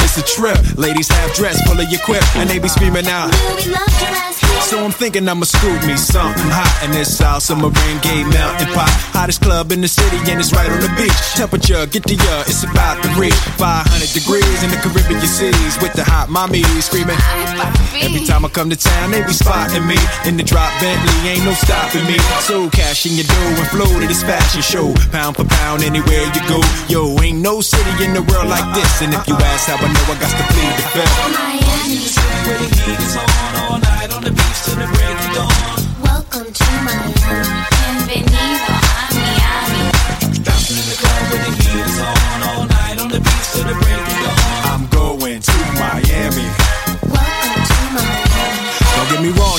F: It's a trip. Ladies half dressed, full of your quip, and they be screaming out.
G: Will we love to last here?
F: So I'm thinking I'ma scoop me something hot in this South Summer rain gay mountain pot. Hottest club in the city and it's right on the beach. Temperature, get the uh, it's about to reach 500 degrees in the Caribbean seas with the hot mommy screaming. Every time I come to town, they be spotting me in the drop Bentley. Ain't no stopping me. So cash in your dough and flow to this fashion show. Pound for pound, anywhere you go. Yo, ain't no city in the world like this. And if you ask how I know, I got to plead the fifth.
G: Miami. Welcome to Miami. Bienvenido a Miami.
F: I'm going to Miami.
G: Welcome to Miami.
F: Don't get me wrong,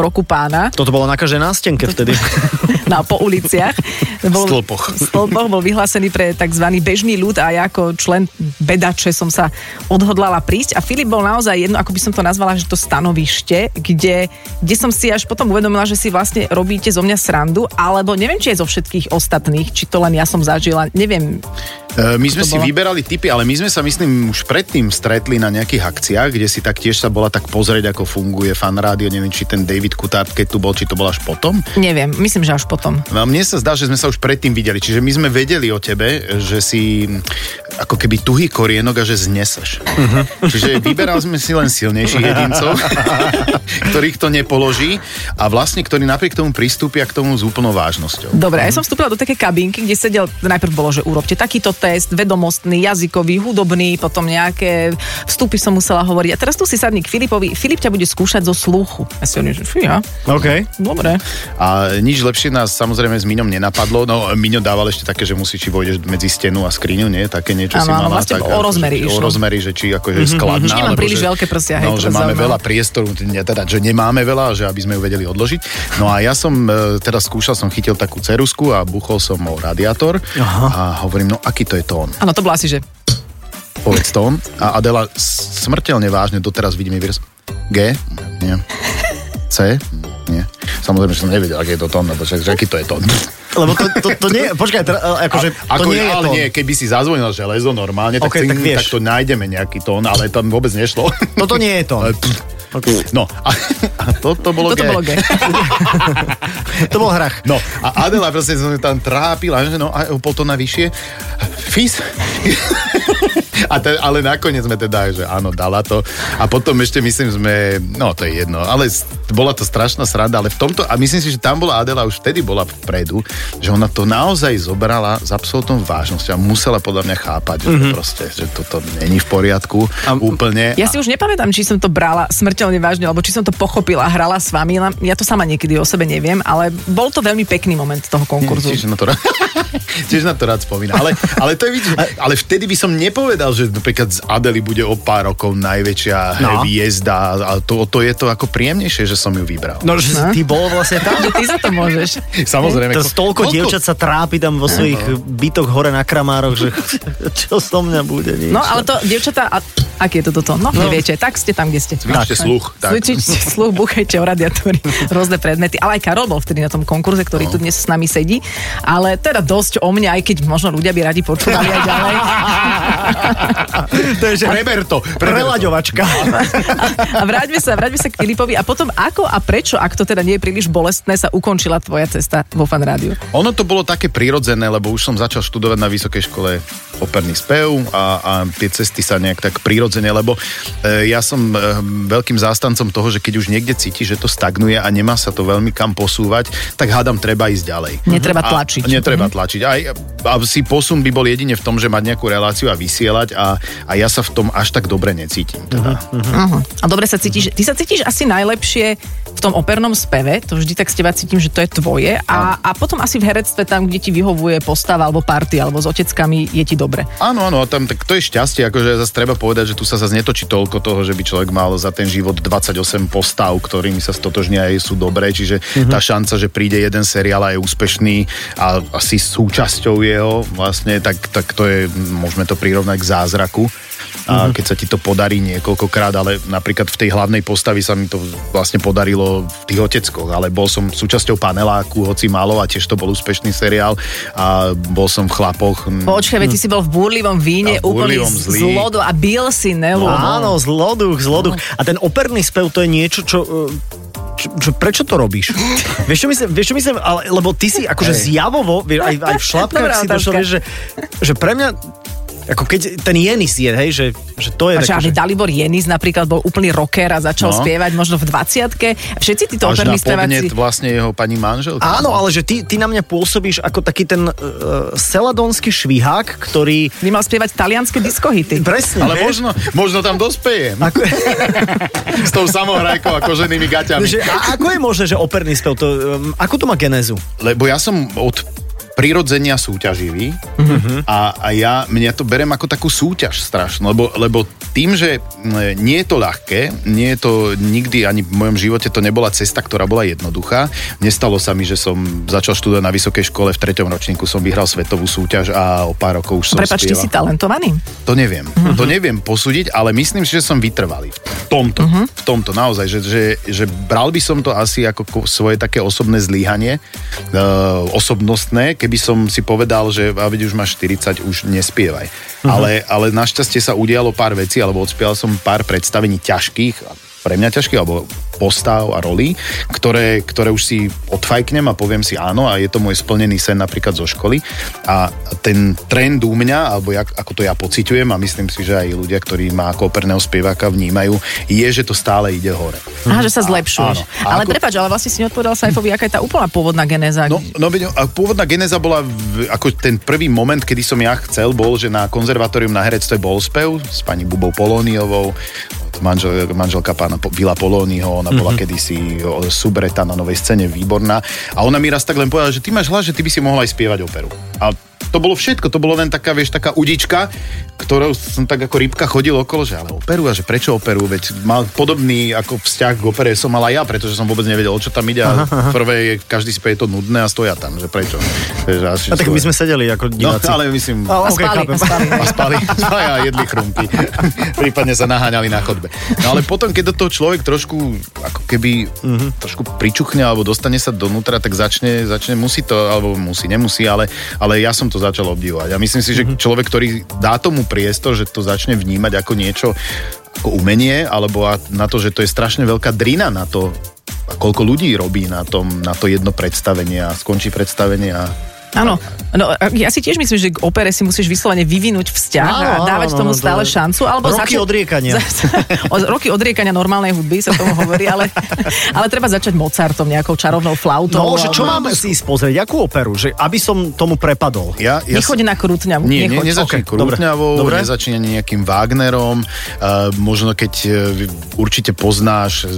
C: roku pána.
B: Toto bolo na každej nástenke vtedy. *laughs*
C: *laughs* na, No, po uliciach. Bol,
D: Stĺpoch.
C: *laughs* Stĺpoch bol vyhlásený pre tzv. bežný ľud a ja ako člen bedače som sa odhodlala prísť a Filip bol naozaj jedno, ako by som to nazvala, že to stanovište, kde, kde som si až potom uvedomila, že si vlastne robíte zo mňa srandu, alebo neviem, či je zo všetkých ostatných, či to len ja som zažila, neviem.
D: E, My sme
C: to
D: si
C: bola?
D: vyberali typy, ale my sme sa, myslím, už predtým stretli na nejakých akciách, kde si taktiež sa bola tak pozrieť, ako funguje fan rádio. Neviem, či ten David Kutard, keď tu bol, či to bol až potom.
C: Neviem, myslím, že až potom.
D: No a mne sa zdá, že sme sa už predtým videli, čiže my sme vedeli o tebe, že si ako keby tuhý korienok a že zneseš. Čiže vyberali sme si len silnejších jedincov, ktorých to nepoloží a vlastne ktorí napriek tomu pristúpia k tomu s úplnou vážnosťou.
C: Dobre, a ja som vstúpila do také kabinky, kde sedel, najprv bolo, že urobte takýto test, vedomostný, jazykový, hudobný, potom nejaké vstupy som musela hovoriť. A teraz tu si sadni k Filipovi, Filip ťa bude skúšať zo sluchu. A si oni, že fú, ja,
B: OK.
C: dobre.
D: A nič lepšie nás samozrejme s Miňom nenapadlo. No, Miňo dával ešte také, že musí, či vojdeš medzi stenu a skriňu, nie? Také niečo si
C: Áno, áno,
D: mala.
C: vlastne
D: tak,
C: o
D: akože,
C: rozmery
D: či- O
C: išlo. Mhm,
D: rozmery, že či akože mm-hmm. skladná.
C: nemám
D: alebo
C: príliš
D: že-
C: veľké prsia, hej,
D: No,
C: to
D: že
C: ma
D: máme
C: zaujímalo.
D: veľa priestoru, ne- teda, že nemáme veľa, že aby sme ju vedeli odložiť. No a ja som e, teda skúšal, som chytil takú cerusku a buchol som o radiátor a hovorím, no aký to je tón?
C: Áno, to bola asi, že
D: Povedz tón. A Adela s- smrteľne vážne doteraz vidí mi výraz. G? Nie. C? Nie. Samozrejme, že som nevedel, aký je to tón, lebo však, že aký to je tón.
B: Lebo to, to, to nie, počkaj, teda, e, *laughs* akože,
D: A-
B: to nie je
D: ale
B: to.
D: nie, keby si zazvonil železo normálne, tak,
B: Ok,
D: okay,
B: tak
D: tak,
B: vieš.
D: tak to nájdeme nejaký tón, ale tam vôbec nešlo.
B: *laughs* Toto nie je to.
D: Ale pff, No, a, a toto bolo
C: toto
D: gay.
C: bolo G.
B: To bol hrach.
D: No, a Adela proste som ju tam trápila, že no, a o pol tona vyššie. Fis. *laughs* A te, ale nakoniec sme teda, že áno, dala to. A potom ešte myslím, sme, no to je jedno, ale s- bola to strašná sranda, ale v tomto, a myslím si, že tam bola Adela, už vtedy bola vpredu, že ona to naozaj zobrala s absolútnou vážnosťou a musela podľa mňa chápať, že mm-hmm. proste, že toto není v poriadku a, úplne.
C: Ja si už nepamätám, či som to brala smrteľne vážne, alebo či som to pochopila, hrala s vami. len- Ja to sama niekedy o sebe neviem, ale bol to veľmi pekný moment toho
B: Mhm.
C: konkurzu.
D: Tiež na to rád, *laughs* tiež na to rád spomína. Ale, ale, to je,
B: *laughs*
D: vidieť, že- ale vtedy by som nepovedal, že napríklad z Adely bude o pár rokov najväčšia
B: No.
D: no. hviezda. A to, to je to ako príjemnejšie, že som ju vybral.
B: No, že ty bol vlastne
C: *laughs*
B: tam.
C: Že ty za to môžeš.
D: Samozrejme.
B: To
D: ko-
B: toľko dievčat sa trápi tam vo svojich bytoch hore na kramároch, že *laughs* čo so mňa bude nič.
C: No ale to, dievčatá, a, aký je to toto? No, neviete, tak ste tam, kde ste.
D: Cvičte sluch. Tak.
C: Cvičte sluch, buchajte o radiátory, *laughs* rôzne predmety. Ale aj Karol bol vtedy na tom konkurze, ktorý
D: No.
C: tu dnes s nami sedí. Ale teda dosť o mne, aj keď možno ľudia by radi počúvali aj ďalej.
B: *laughs* to je, že
D: Preber to. Preber to.
B: prelaďovačka.
C: A vráťme sa, vráťme sa k Filipovi. A potom ako a prečo, ak to teda nie je príliš bolestné, sa ukončila tvoja cesta vo fan rádiu?
D: Ono to bolo také prirodzené, lebo už som začal študovať na vysokej škole operný spev a, a tie cesty sa nejak tak prirodzene, lebo e, ja som e, veľkým zástancom toho, že keď už niekde cíti, že to stagnuje a nemá sa to veľmi kam posúvať, tak hádam, treba ísť ďalej.
C: Mhm. Netreba
D: A-
C: tlačiť. Mhm.
D: Netreba tlačiť. Aj, a si posun by bol jedine v tom, že mať nejakú reláciu a vysielať a, a ja sa v tom až tak dobre necítim. Teda.
C: Uh-huh. A dobre sa cítiš, ty sa cítiš asi najlepšie v tom opernom speve, to vždy tak z teba cítim, že to je tvoje a, a potom asi v herectve tam, kde ti vyhovuje postava alebo party alebo s oteckami je ti dobre.
D: Áno, áno, a tam tak to je šťastie, akože zase treba povedať, že tu sa zase netočí toľko toho, že by človek mal za ten život 28 postav, ktorými sa stotožnia aj sú dobré, čiže mm-hmm. tá šanca, že príde jeden seriál a je úspešný a asi súčasťou jeho vlastne, tak, tak to je, môžeme to prirovnať k zázraku. A keď sa ti to podarí niekoľkokrát, ale napríklad v tej hlavnej postavi sa mi to vlastne podarilo v tých oteckoch, ale bol som súčasťou paneláku, hoci malo a tiež to bol úspešný seriál a bol som v chlapoch. mm,
C: Počkaj,
B: Hm.
C: veď ty si bol v búrlivom víne,
D: Ja, v
C: úplný
D: búrlivom
C: z-
D: zlý. No,
C: zlodo a bil si nelu. *laughs*
B: Áno, zloduch, zloduch. A ten operný spev to je niečo, čo... e, Čo, čo, prečo to
C: *laughs*
B: robíš? Vieš, čo myslím, vieš, čo myslím ale, lebo ty si akože
D: Hej.
B: zjavovo, vieš, aj,
C: *laughs*
B: aj v šlapkách
C: Dobrá
B: si došiel,
C: otázka.
B: vieš, že, že pre mňa, ako keď ten jenis je, hej, že, že to je
C: A čo,
B: také,
C: aby
B: že...
C: Dalibor Jenis napríklad bol úplný rocker a začal
D: No.
C: spievať možno v 20 Všetci títo
D: Až na
C: operní speváci.
D: podnet vlastne jeho pani manželka.
B: Áno, ale že ty, ty na mňa pôsobíš ako taký ten uh, seladonský švihák, ktorý...
C: By mal spievať talianské diskohity.
B: Presne,
D: Ale
B: vieš?
D: možno, možno tam dospejem
B: Ako,
D: *laughs*
C: *laughs*
D: s tou samohrajkou a koženými
B: No,
D: gaťami.
B: že, a ako je možné, že operný spev, to, um, ako to má genézu?
D: Lebo ja som od prirodzenia súťaživý mm-hmm. a, a ja, mňa to berem ako takú súťaž strašnú, lebo, lebo tým, že mm, nie je to ľahké, nie je to nikdy, ani v mojom živote to nebola cesta, ktorá bola jednoduchá. Nestalo sa mi, že som začal študovať na vysokej škole, v treťom ročníku som vyhral svetovú súťaž a o pár rokov už som
C: Prepač, ty
D: spieval.
C: si talentovaný?
D: To neviem. Mm-hmm. To neviem posúdiť, ale myslím si, že som vytrvalý. V tomto. Mm-hmm. V tomto naozaj. Že, že, že bral by som to asi ako ko- svoje také osobné zlíhanie, e, osobnostné, keby som si povedal, že a veď už máš 40, už nespievaj. Mm-hmm. Ale, ale našťastie sa udialo pár vecí, alebo odspieval som pár predstavení ťažkých pre mňa ťažké, alebo postav a roli, ktoré, ktoré už si odfajknem a poviem si áno a je to môj splnený sen napríklad zo školy a ten trend u mňa, alebo jak, ako to ja pociťujem a myslím si, že aj ľudia, ktorí ma ako operného spieváka vnímajú, je, že to stále ide hore.
C: Aha, že sa zlepšuješ.
D: áno. A
C: Ale
D: ako-
C: prepač, ale vlastne si neodpovedal Saifovi, aká je tá úplná pôvodná genéza.
D: No, no veď, a pôvodná geneza bola v, ako ten prvý moment, kedy som ja chcel, bol, že na konzervatórium na herectve bol spev s pani Bubou Polóniovou, manžel, manželka pána Po- Vila Polóniho, ona bola kedysi o, subreta na novej scéne, výborná. A ona mi raz tak len povedala, že ty máš hlas, že ty by si mohla aj spievať operu. A to bolo všetko, to bolo len taká, vieš, taká udička, ktorou som tak ako rybka chodil okolo, že ale operu a že prečo operu, veď mal podobný ako vzťah k opere som mala ja, pretože som vôbec nevedel, o čo tam ide a prvé je, každý si povie, je to nudné a stoja tam, že prečo. Takže asi
B: A No, tak my sme sedeli ako
D: No,
B: diváci.
D: ale myslím...
B: A,
C: A
B: okay,
C: spali,
B: chápem.
C: a spali. no.
D: A spali, spali a jedli chrumky. Prípadne sa naháňali na chodbe. No ale potom, keď do toho človek trošku, ako keby
C: Mhm.
D: mm-hmm. trošku pričuchne alebo dostane sa donútra, tak začne, začne musí to, alebo musí, nemusí, ale, ale ja som to začal obdivovať. A myslím si, že
C: Mhm.
D: mm-hmm. človek, ktorý dá tomu priestor, že to začne vnímať ako niečo ako umenie, alebo a- na to, že to je strašne veľká drina na to, a koľko ľudí robí na tom, na to jedno predstavenie a skončí predstavenie a
C: Áno, no a ja si tiež myslím, že k opere si musíš vyslovene vyvinúť vzťah
B: Áno, áno,
C: a dávať
B: áno,
C: tomu
D: no,
B: áno,
C: stále
B: to je-
C: šancu. Alebo
B: Roky
C: *laughs*
B: odriekania.
C: Od roky odriekania normálnej hudby sa tomu hovorí,
D: *laughs*
C: ale, ale treba začať Mozartom, nejakou čarovnou flautou.
B: No, že čo
C: alebo-
B: máme si ísť pozrieť, akú operu, že aby som tomu prepadol.
D: Ja, ja
C: Nechoď na krutňavu.
D: Nie, nie,
C: nechoď.
D: nezačne
B: Ok,
D: okay, Krutňavou,
B: dobre, dobre.
D: nezačne nejakým Wagnerom, uh, možno keď uh, určite poznáš eh,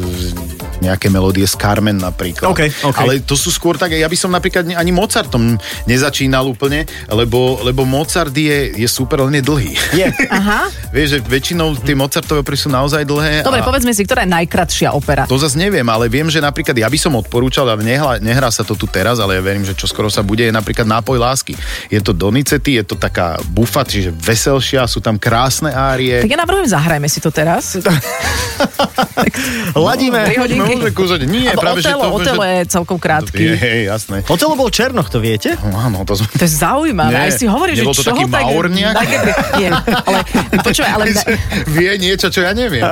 D: nejaké melódie z Carmen napríklad.
B: Ok, ok.
D: Ale to sú skôr také, ja by som napríklad ne- ani Mozartom nezačínal úplne, lebo, lebo Mozart je, je super, len je dlhý.
B: Je.
C: Aha.
D: *laughs* Vieš, že väčšinou tie Mozartové opery sú naozaj dlhé.
C: Dobre,
D: a-
C: povedzme si, ktorá je najkratšia opera?
D: to zase neviem, ale viem, že napríklad ja by som odporúčal, a nehla, nehrá sa to tu teraz, ale ja verím, že čo skoro sa bude, je napríklad nápoj lásky. Je to Donizetti, je to taká bufa, čiže veselšia, sú tam krásne
C: Tak
D: árie.
C: ja navrhujem, zahrajme si to teraz.
B: Ladíme.
D: No,
C: Tri hodinky.
D: Môžeme kúsať. *laughs* Nie,
C: Alebo
D: práve, že
C: Otelo,
D: to...
C: Otelo
D: že...
C: je celkom krátky.
D: Je, hej, jasné.
B: Otelo bol Černoch, to viete?
D: No, áno, to sme...
C: To je zaujímavé.
D: Nie,
C: Aj si hovoríš, že
D: nebol to
C: čo
D: taký
C: ho *laughs* tak...
D: Maur nejak?
C: také pri- Nie, ale počúvaj,
D: *laughs*
C: ale na-
D: Vie niečo, čo ja neviem.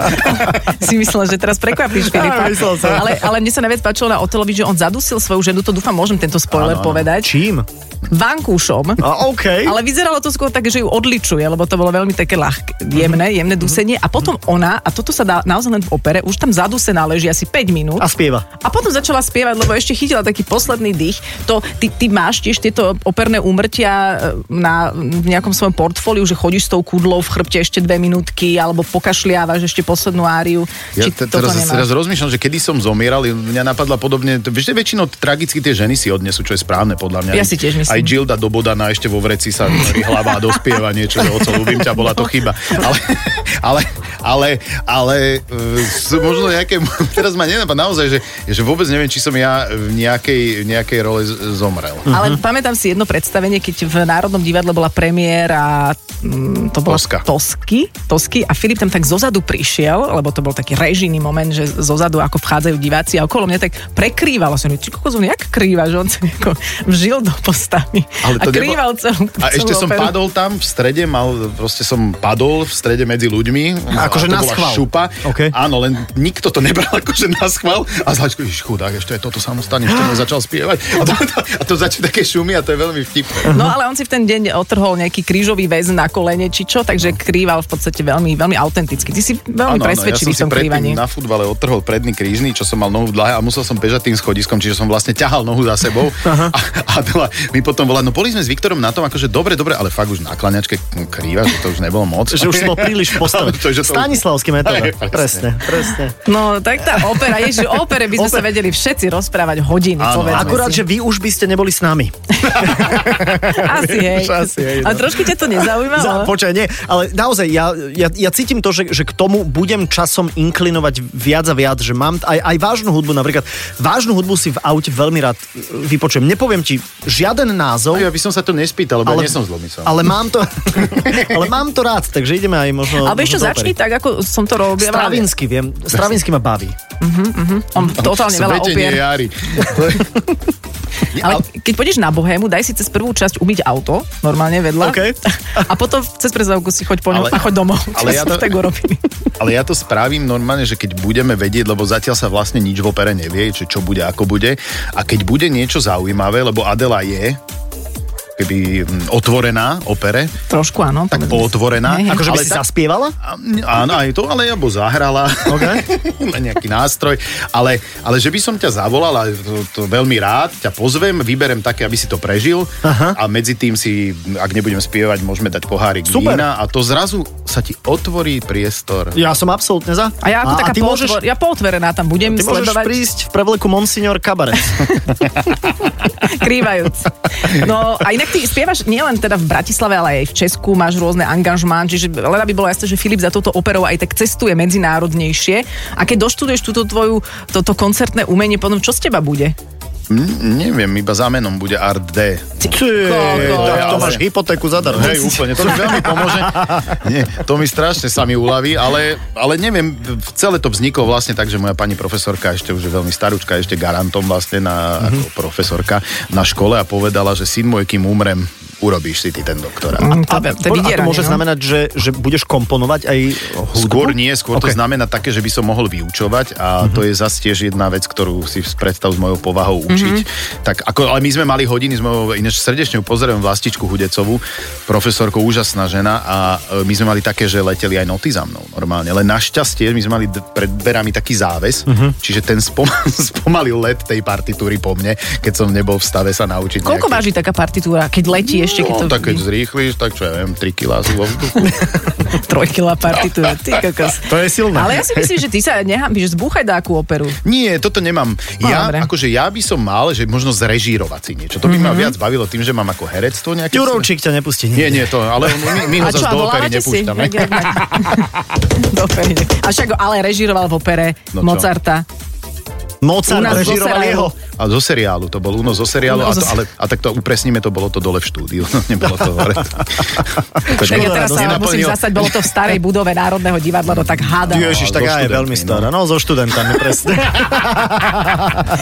C: *laughs* si myslel, že teraz prekvapíš Filipa.
B: Áno, myslel som.
C: Ale, ale mne sa najviac páčilo na Otelovi, že on zadusil svoju ženu, to dúfam, môžem tento spoiler
D: Áno, áno.
C: povedať.
B: Čím?
C: Vankúšom.
B: A, OK.
C: Ale vyzeralo to skôr tak, že ju odličuje, lebo to bolo veľmi také ľahké,
D: Mhm.
C: jemné, jemné dusenie. A potom ona, a toto sa dá naozaj len v opere, už tam zadusená leží asi 5 minút.
B: A spieva.
C: A potom začala spievať, lebo ešte chytila taký posledný dých. To, ty, ty máš tiež tieto operné úmrtia e, na, v nejakom svojom portfóliu, že chodíš s tou kudlou v chrbte ešte dve minútky, alebo pokašliavaš ešte poslednú áriu.
D: Ja
C: Či
D: te,
C: toto
D: teraz,
C: nemáš?
D: teraz rozmýšľam, že kedy som zomieral, mňa napadla podobne, to- vieš, že väčšinou tragicky tie ženy si odnesú, čo je správne podľa mňa.
C: Ja si tiež myslím.
D: Aj Gilda do Bodana ešte vo vreci sa hovorí, hlava a dospieva niečo, že oco, ľúbim ťa, bola
C: No.
D: to chyba. Ale, ale, ale, ale e, sú možno nejaké, teraz ma nenapadá naozaj, že, že vôbec neviem, či som ja v nejakej, nejakej role z- zomrel.
C: Ale pamätám si jedno predstavenie, keď v Národnom divadle bola premiéra mm, to bola
D: Toska.
C: Tosky, Tosky a Filip tam tak zozadu prišiel, lebo to bol taký režijný moment, že zozadu ako vchádzajú diváci a okolo mňa tak prekrývalo. Som či kokos, on jak krýva, že on sa nejako vžil do postavy
D: Ale
C: a
D: to nebo-
C: krýval celú, celú
D: A ešte som
C: operu.
D: padol tam v strede, mal, proste som padol v strede medzi ľuďmi. A
B: Akože
D: to
B: na
D: bola
B: schvál.
D: Šupa.
B: OK.
D: Áno, len nikto to nebral *laughs* akože na schvál. A z hľadiska, "Iš, chudák, ešte je toto samostane, ešte začal spievať. A to, to, a to začne také šumy a to je veľmi vtipné.
C: No ale on si v ten deň otrhol nejaký krížový väz na kolene či čo, takže krýval v podstate veľmi, veľmi autenticky. Ty si veľmi presvedčivý
D: No. ja som
C: v
D: si
C: tom krývaní.
D: predtým na futbale otrhol predný krížny, čo som mal nohu v dlahe a musel som bežať tým schodiskom, čiže som vlastne ťahal nohu za *laughs* sebou. a, a dala, mi potom volá, no boli sme s Viktorom na tom, akože dobre, dobre, ale fakt už na klaňačke krýva, že to už nebolo moc. *laughs*
B: Že už si bol príliš v postave.
D: to, že to
B: Stanislavský
D: *laughs*
B: metoda.
D: Hej, presne.
B: presne, presne.
C: No tak tá opera, ježi, o opere by sme
B: Oper-
C: sa vedeli všetci rozprávať hodiny,
D: Áno,
C: povedzme
B: Akurát,
C: si.
B: že vy už by ste neboli s nami.
C: Asi, hej.
D: Už asi, hej,
C: Ale
D: no.
C: trošku ťa to
B: Za,
C: nezaujímalo?
B: počkaj, nie, ale naozaj, ja, ja, ja cítim to, že, že k tomu budem časom inklinovať viac a viac, že mám t- aj, aj vážnu hudbu, napríklad vážnu hudbu si v aute veľmi rád e, vypočujem. Nepoviem ti žiaden názov,
D: No, ja by som sa to nespýtal, lebo ale, ja nie som zlomyslel.
B: ale mám to, *laughs* ale mám to rád, takže ideme aj možno...
C: Ale vieš čo,
B: možno do
C: začni
B: opery.
C: tak, ako som to robila.
B: Stravinsky, viem. Stravinsky ma baví.
C: On totálne veľa
D: Svetenie
C: opier.
D: jary.
C: *laughs* Ale keď pôjdeš na Bohému, daj si cez prvú časť umyť auto, normálne vedľa.
B: OK.
C: A potom cez prezávku si choď po ňom
D: Ale-
C: a choď domov.
D: ale ja
C: to...
D: to-
C: tak urobili.
D: Ale ja to spravím normálne, že keď budeme vedieť, lebo zatiaľ sa vlastne nič v opere nevie, či čo bude, ako bude. A keď bude niečo zaujímavé, lebo Adela je keby mm, otvorená opere,
C: Trošku áno.
D: tak
C: povedzme. Mm.
D: pootvorená.
C: Hej, hej.
B: Akože by
D: Ale
B: si
D: tak-
B: zaspievala?
D: A- Áno, aj to, ale ja bo zahrala *laughs* okay. na nejaký nástroj, ale, ale že by som ťa zavolal a to, to veľmi rád, ťa pozvem, vyberem také, aby si to prežil
B: Aha.
D: a medzi tým si, ak nebudem spievať, môžeme dať pohárik
B: Super.
D: vína a to zrazu sa ti otvorí priestor.
B: Ja som absolútne za.
C: A ja ako taká
B: ty môžeš,
C: pootvor- ja pootvorená tam budem
B: ty môžeš
C: sledovať.
B: prísť v prevleku Monsignor
C: *laughs*
B: Cabaret.
C: Krývajúc. No a inak ty spievaš nielen teda v Bratislave, ale aj v Česku, máš rôzne angažmán, čiže len aby bolo jasné, že Filip za touto operou aj tak cestuje medzinárodnejšie. A keď doštuduješ túto tvoju, toto koncertné umenie, potom čo z teba bude?
D: Mm, neviem, iba za menom bude Art D.
B: Ty, tak to máš hypotéku zadarmo.
D: Hej, úplne, to mi veľmi pomôže. *laughs* Nie, to mi strašne sa mi uľaví, ale, ale neviem, v- celé to vzniklo vlastne tak, že moja pani profesorka, ešte už je veľmi starúčka, ešte garantom vlastne na, ako profesorka na škole a povedala, že syn môj, kým umrem, urobíš si ty ten doktorát.
C: To, to, je
B: a Mhm, to
C: vydieranie,
B: môže
C: no.
B: znamenať, že, že budeš komponovať aj hudbu?
D: Skôr nie, skôr
B: Ok.
D: okay. to znamená také, že by som mohol vyučovať a
C: Mhm.
D: mm-hmm. to je zase tiež jedna vec, ktorú si predstav s mojou povahou učiť. Mm-hmm. Tak ako, ale my sme mali hodiny s mojou, ináč srdečne ju pozdravím Vlastičku Hudecovú, profesorku, úžasná žena a e, my sme mali také, že leteli aj noty za mnou normálne. Len našťastie my sme mali d- pred berami taký záves,
C: Mhm.
D: mm-hmm. čiže ten spom- *laughs* spomalil let tej partitúry po mne, keď som nebol v stave sa naučiť.
C: Koľko
D: nejaké-
C: váži taká partitúra, keď letí ešte, keď to...
D: No, tak
C: *laughs*
D: keď zrýchliš, tak čo ja viem, 3 kg vo vzduchu.
C: trojkila partitúra, ty kokos.
B: To je silné.
C: Ale ja si myslím, že ty sa nehambíš zbúchať dáku operu.
D: Nie, toto nemám. Ja,
C: No, dobre. Mhm.
D: akože ja by som mal, že možno zrežírovať si niečo. To by mm-hmm. ma viac bavilo tým, že mám ako herectvo nejaké...
B: Jurovčík ťa nepustí.
D: Nie, nie, to, ale my, my ho
C: A čo,
D: zase
C: a
D: do opery
C: volávate si?
D: nepúšťame.
C: Veď, veď, veď. *laughs* Do opery ne- A však, ale režiroval v opere
D: No čo?
C: Mozarta. U
B: Mozart
C: nás
B: režíroval
C: zo
B: jeho.
D: A zo seriálu, to bol Uno zo seriálu,
C: Uno
D: a,
C: zo se-
D: to, ale, a tak to upresníme, to bolo to dole v štúdiu, *laughs* nebolo to
C: *laughs*
D: hore.
C: Tak
D: Takže
C: ja teraz sa ale musím
D: nenaplnilo.
C: zasať, bolo to v starej budove Národného divadla, no tak hádam.
B: Ježiš, tak
D: so
B: ja je veľmi
D: študentmi,
B: stará.
D: no.
B: No, so študentami,
D: *laughs*
B: presne.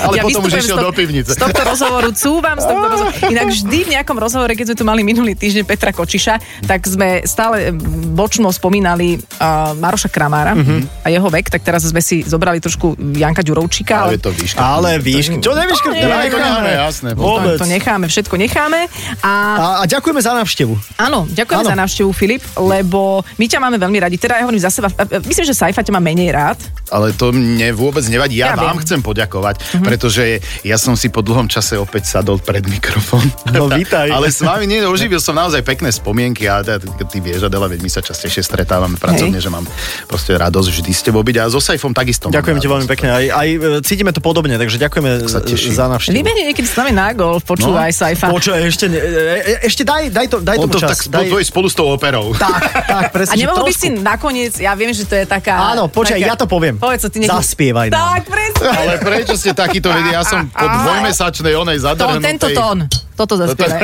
D: Ale potom
C: vystupujem
D: už išiel
C: z to-
D: do pivnice.
C: Z tohto rozhovoru cúvam, z tohto
D: *laughs*
C: rozhovoru. Inak vždy v nejakom rozhovore, keď sme tu mali minulý týždeň Petra Kočiša, tak sme stále bočno spomínali uh, Maroša Kramára a jeho vek, tak teraz sme si zobrali trošku Janka Ďurovčíka.
D: Mhm. Ale to výška.
B: Ale výšky. Čo nevíš,
C: To nie, to
D: necháme, jasné.
B: Vôbec.
C: To, to necháme, všetko necháme. A
B: A, a ďakujeme za návštevu.
C: Áno, ďakujem
B: Áno.
C: za návštevu, Filip, lebo my ťa máme veľmi radi. Teda ja hovorím za seba, e, e, myslím, že Saifa ťa má menej rád.
D: Ale to mne vôbec nevadí.
C: Ja
D: Ja, ja vám
C: viem.
D: chcem poďakovať,
B: Mhm.
D: mm-hmm. pretože ja som si po dlhom čase opäť sadol pred mikrofón. *laughs*
B: No, vítaj.
D: Ale s vami nie, oživil som naozaj pekné spomienky a teda, ty, ty vieš, Adela, veď my sa častejšie stretávame pracovne, že mám proste radosť vždy s tebou byť a so Saifom takisto. mám
B: Ďakujem ti
D: radosť.
B: veľmi pekne. Aj, aj e, cítime to podobne, takže ďakujeme e,
D: sa teším.
B: za návštevu.
C: Vybehne niekedy s nami na golf, počúvaj no, Saifa.
B: Počkaj, ešte, ne- e, e, ešte daj, daj, to, daj
D: On
B: tomu
D: to
B: čas.
D: tak
B: daj,
D: daj... spolu s tou operou.
B: tak, tak, presne.
C: a
B: že
C: nemohol by
B: trošku.
C: si nakoniec, ja viem, že to je taká...
B: Áno, počkaj,
C: taká,
B: ja to poviem.
C: Povedz, co ty niekedy...
B: Zaspievaj nám.
C: Tak, presne.
D: Ale prečo ste takýto vedeli? Ja som
B: *laughs*
D: po dvojmesačnej onej
C: Tón,
D: zadrhnutej...
C: tento tón. Toto
D: *laughs*
C: zaspievaj.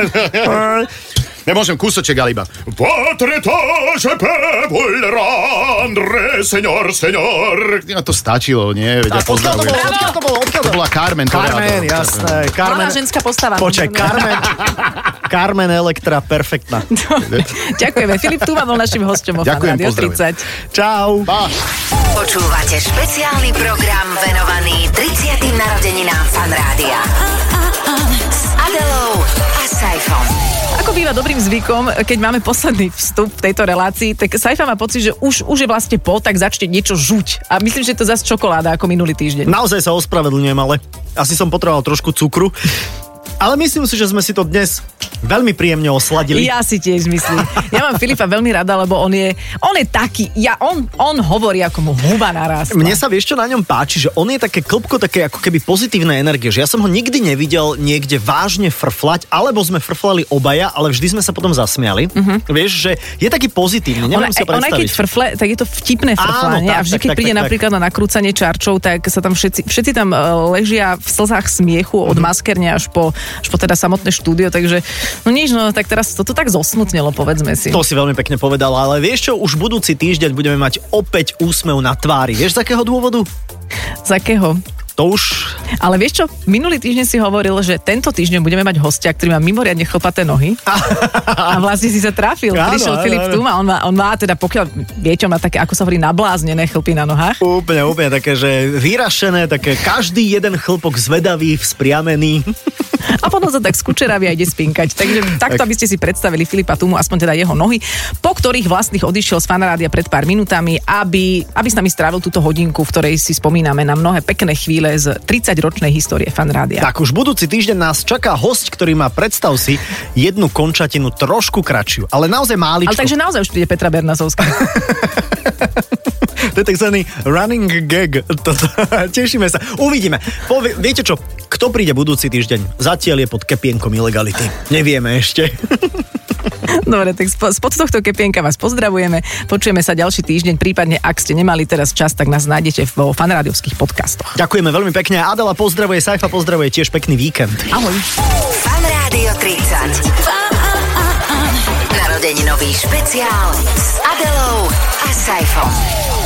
D: Nemôžem kúsoček, ale iba. Patretaže pevol randre, senor, senor. Ja, to stačilo, nie?
B: A
D: Veď
B: odkiaľ
D: ja
B: to
D: pozdravujem.
B: bolo, odkiaľ to bolo, odkiaľ to
D: To
B: bolo.
D: bola Carmen.
B: Carmen,
D: Toreador.
B: jasné.
C: Mladá
B: Carmen,
C: ženská postava. No,
B: počkaj, Carmen, *laughs* Carmen Elektra, perfektná.
C: Ďakujeme. Filip Tuma bol našim hostom vo Fan
D: Ďakujem,
C: Rádio
D: pozdravím.
C: 30.
B: Čau.
D: Á,
A: Počúvate špeciálny program venovaný 30. narodeninám Fan Rádia. S Adelou a Saifom.
C: Ako býva dobrým zvykom, keď máme posledný vstup v tejto relácii, tak Saifa má pocit, že už, už je vlastne po, tak začne niečo žuť. A myslím, že je to zase čokoláda ako minulý týždeň.
B: Naozaj sa ospravedlňujem, ale asi som potreboval trošku cukru. Ale myslím si, že sme si to dnes Veľmi príjemne osladili.
C: Ja si tiež myslím. Ja mám Filipa veľmi rada, lebo on je, on je taký, ja, on, on hovorí, ako mu huba narastla.
B: Mne sa vieš, čo na ňom páči, že on je také klpko, také ako keby pozitívne energie, že ja som ho nikdy nevidel niekde vážne frflať, alebo sme frflali obaja, ale vždy sme sa potom zasmiali. Vieš, že je taký pozitívny,
C: Mhm. Ona,
B: nemám sa
C: ona aj keď
B: predstaviť.
C: frfle, tak je to vtipné
B: Áno,
C: frflanie.
B: tak,
C: a vždy,
B: tak,
C: keď
B: tak,
C: príde
B: tak, tak.
C: napríklad na nakrúcanie čarčov, tak sa tam všetci, všetci tam eh, ležia v slzách smiechu od
B: Mhm.
C: maskerne až po, až po teda samotné štúdio, takže no nič, no tak teraz toto tak zosnutnelo, povedzme si.
B: To si veľmi pekne povedala, ale vieš čo, už budúci týždeň budeme mať opäť úsmev na tvári. Vieš z akého dôvodu?
C: Z akého?
B: To už
C: Ale vieš čo, minulý týždeň si hovoril, že tento týždeň budeme mať hostia, ktorý má mimoriadne chlpaté
B: *laughs*
C: nohy. A vlastne si sa trafil.
B: Áno,
C: Prišiel
B: áno,
C: Filip
B: áno.
C: tu a on má, on má teda, pokiaľ viete, on má také, ako sa hovorí, nabláznené chlpy na nohách.
B: úplne, úplne také, že vyrašené, také každý jeden chlpok zvedavý, vzpriamený.
C: a potom sa tak skučeravia a ide spinkať. Takže takto, aby ste si predstavili Filipa Tumu, aspoň teda jeho nohy, po ktorých vlastných odišiel z fanarádia pred pár minútami, aby, aby s nami strávil túto hodinku, v ktorej si spomíname na mnohé pekné chvíle z 30-ročnej histórie fanrádia.
B: Tak už budúci týždeň nás čaká host, ktorý má, predstav si, jednu končatinu trošku kratšiu, ale naozaj máličku.
C: Ale takže naozaj už príde Petra Bernazovská.
B: *laughs* To je takzvaný running gag. Toto, *laughs* tešíme sa. Uvidíme. Povie, viete čo? Kto príde budúci týždeň? Zatiaľ je pod kepienkom ilegality. Nevieme ešte.
C: Dobre, tak spo- spod tohto kepienka vás pozdravujeme. Počujeme sa ďalší týždeň, prípadne ak ste nemali teraz čas, tak nás nájdete vo fanrádiovských podcastoch.
B: Ďakujeme veľmi pekne. Adela pozdravuje, Saifa pozdravuje, tiež pekný víkend.
C: Ahoj.
A: Fan Rádio 30. Narodeninový špeciál s Adelou a Saifom.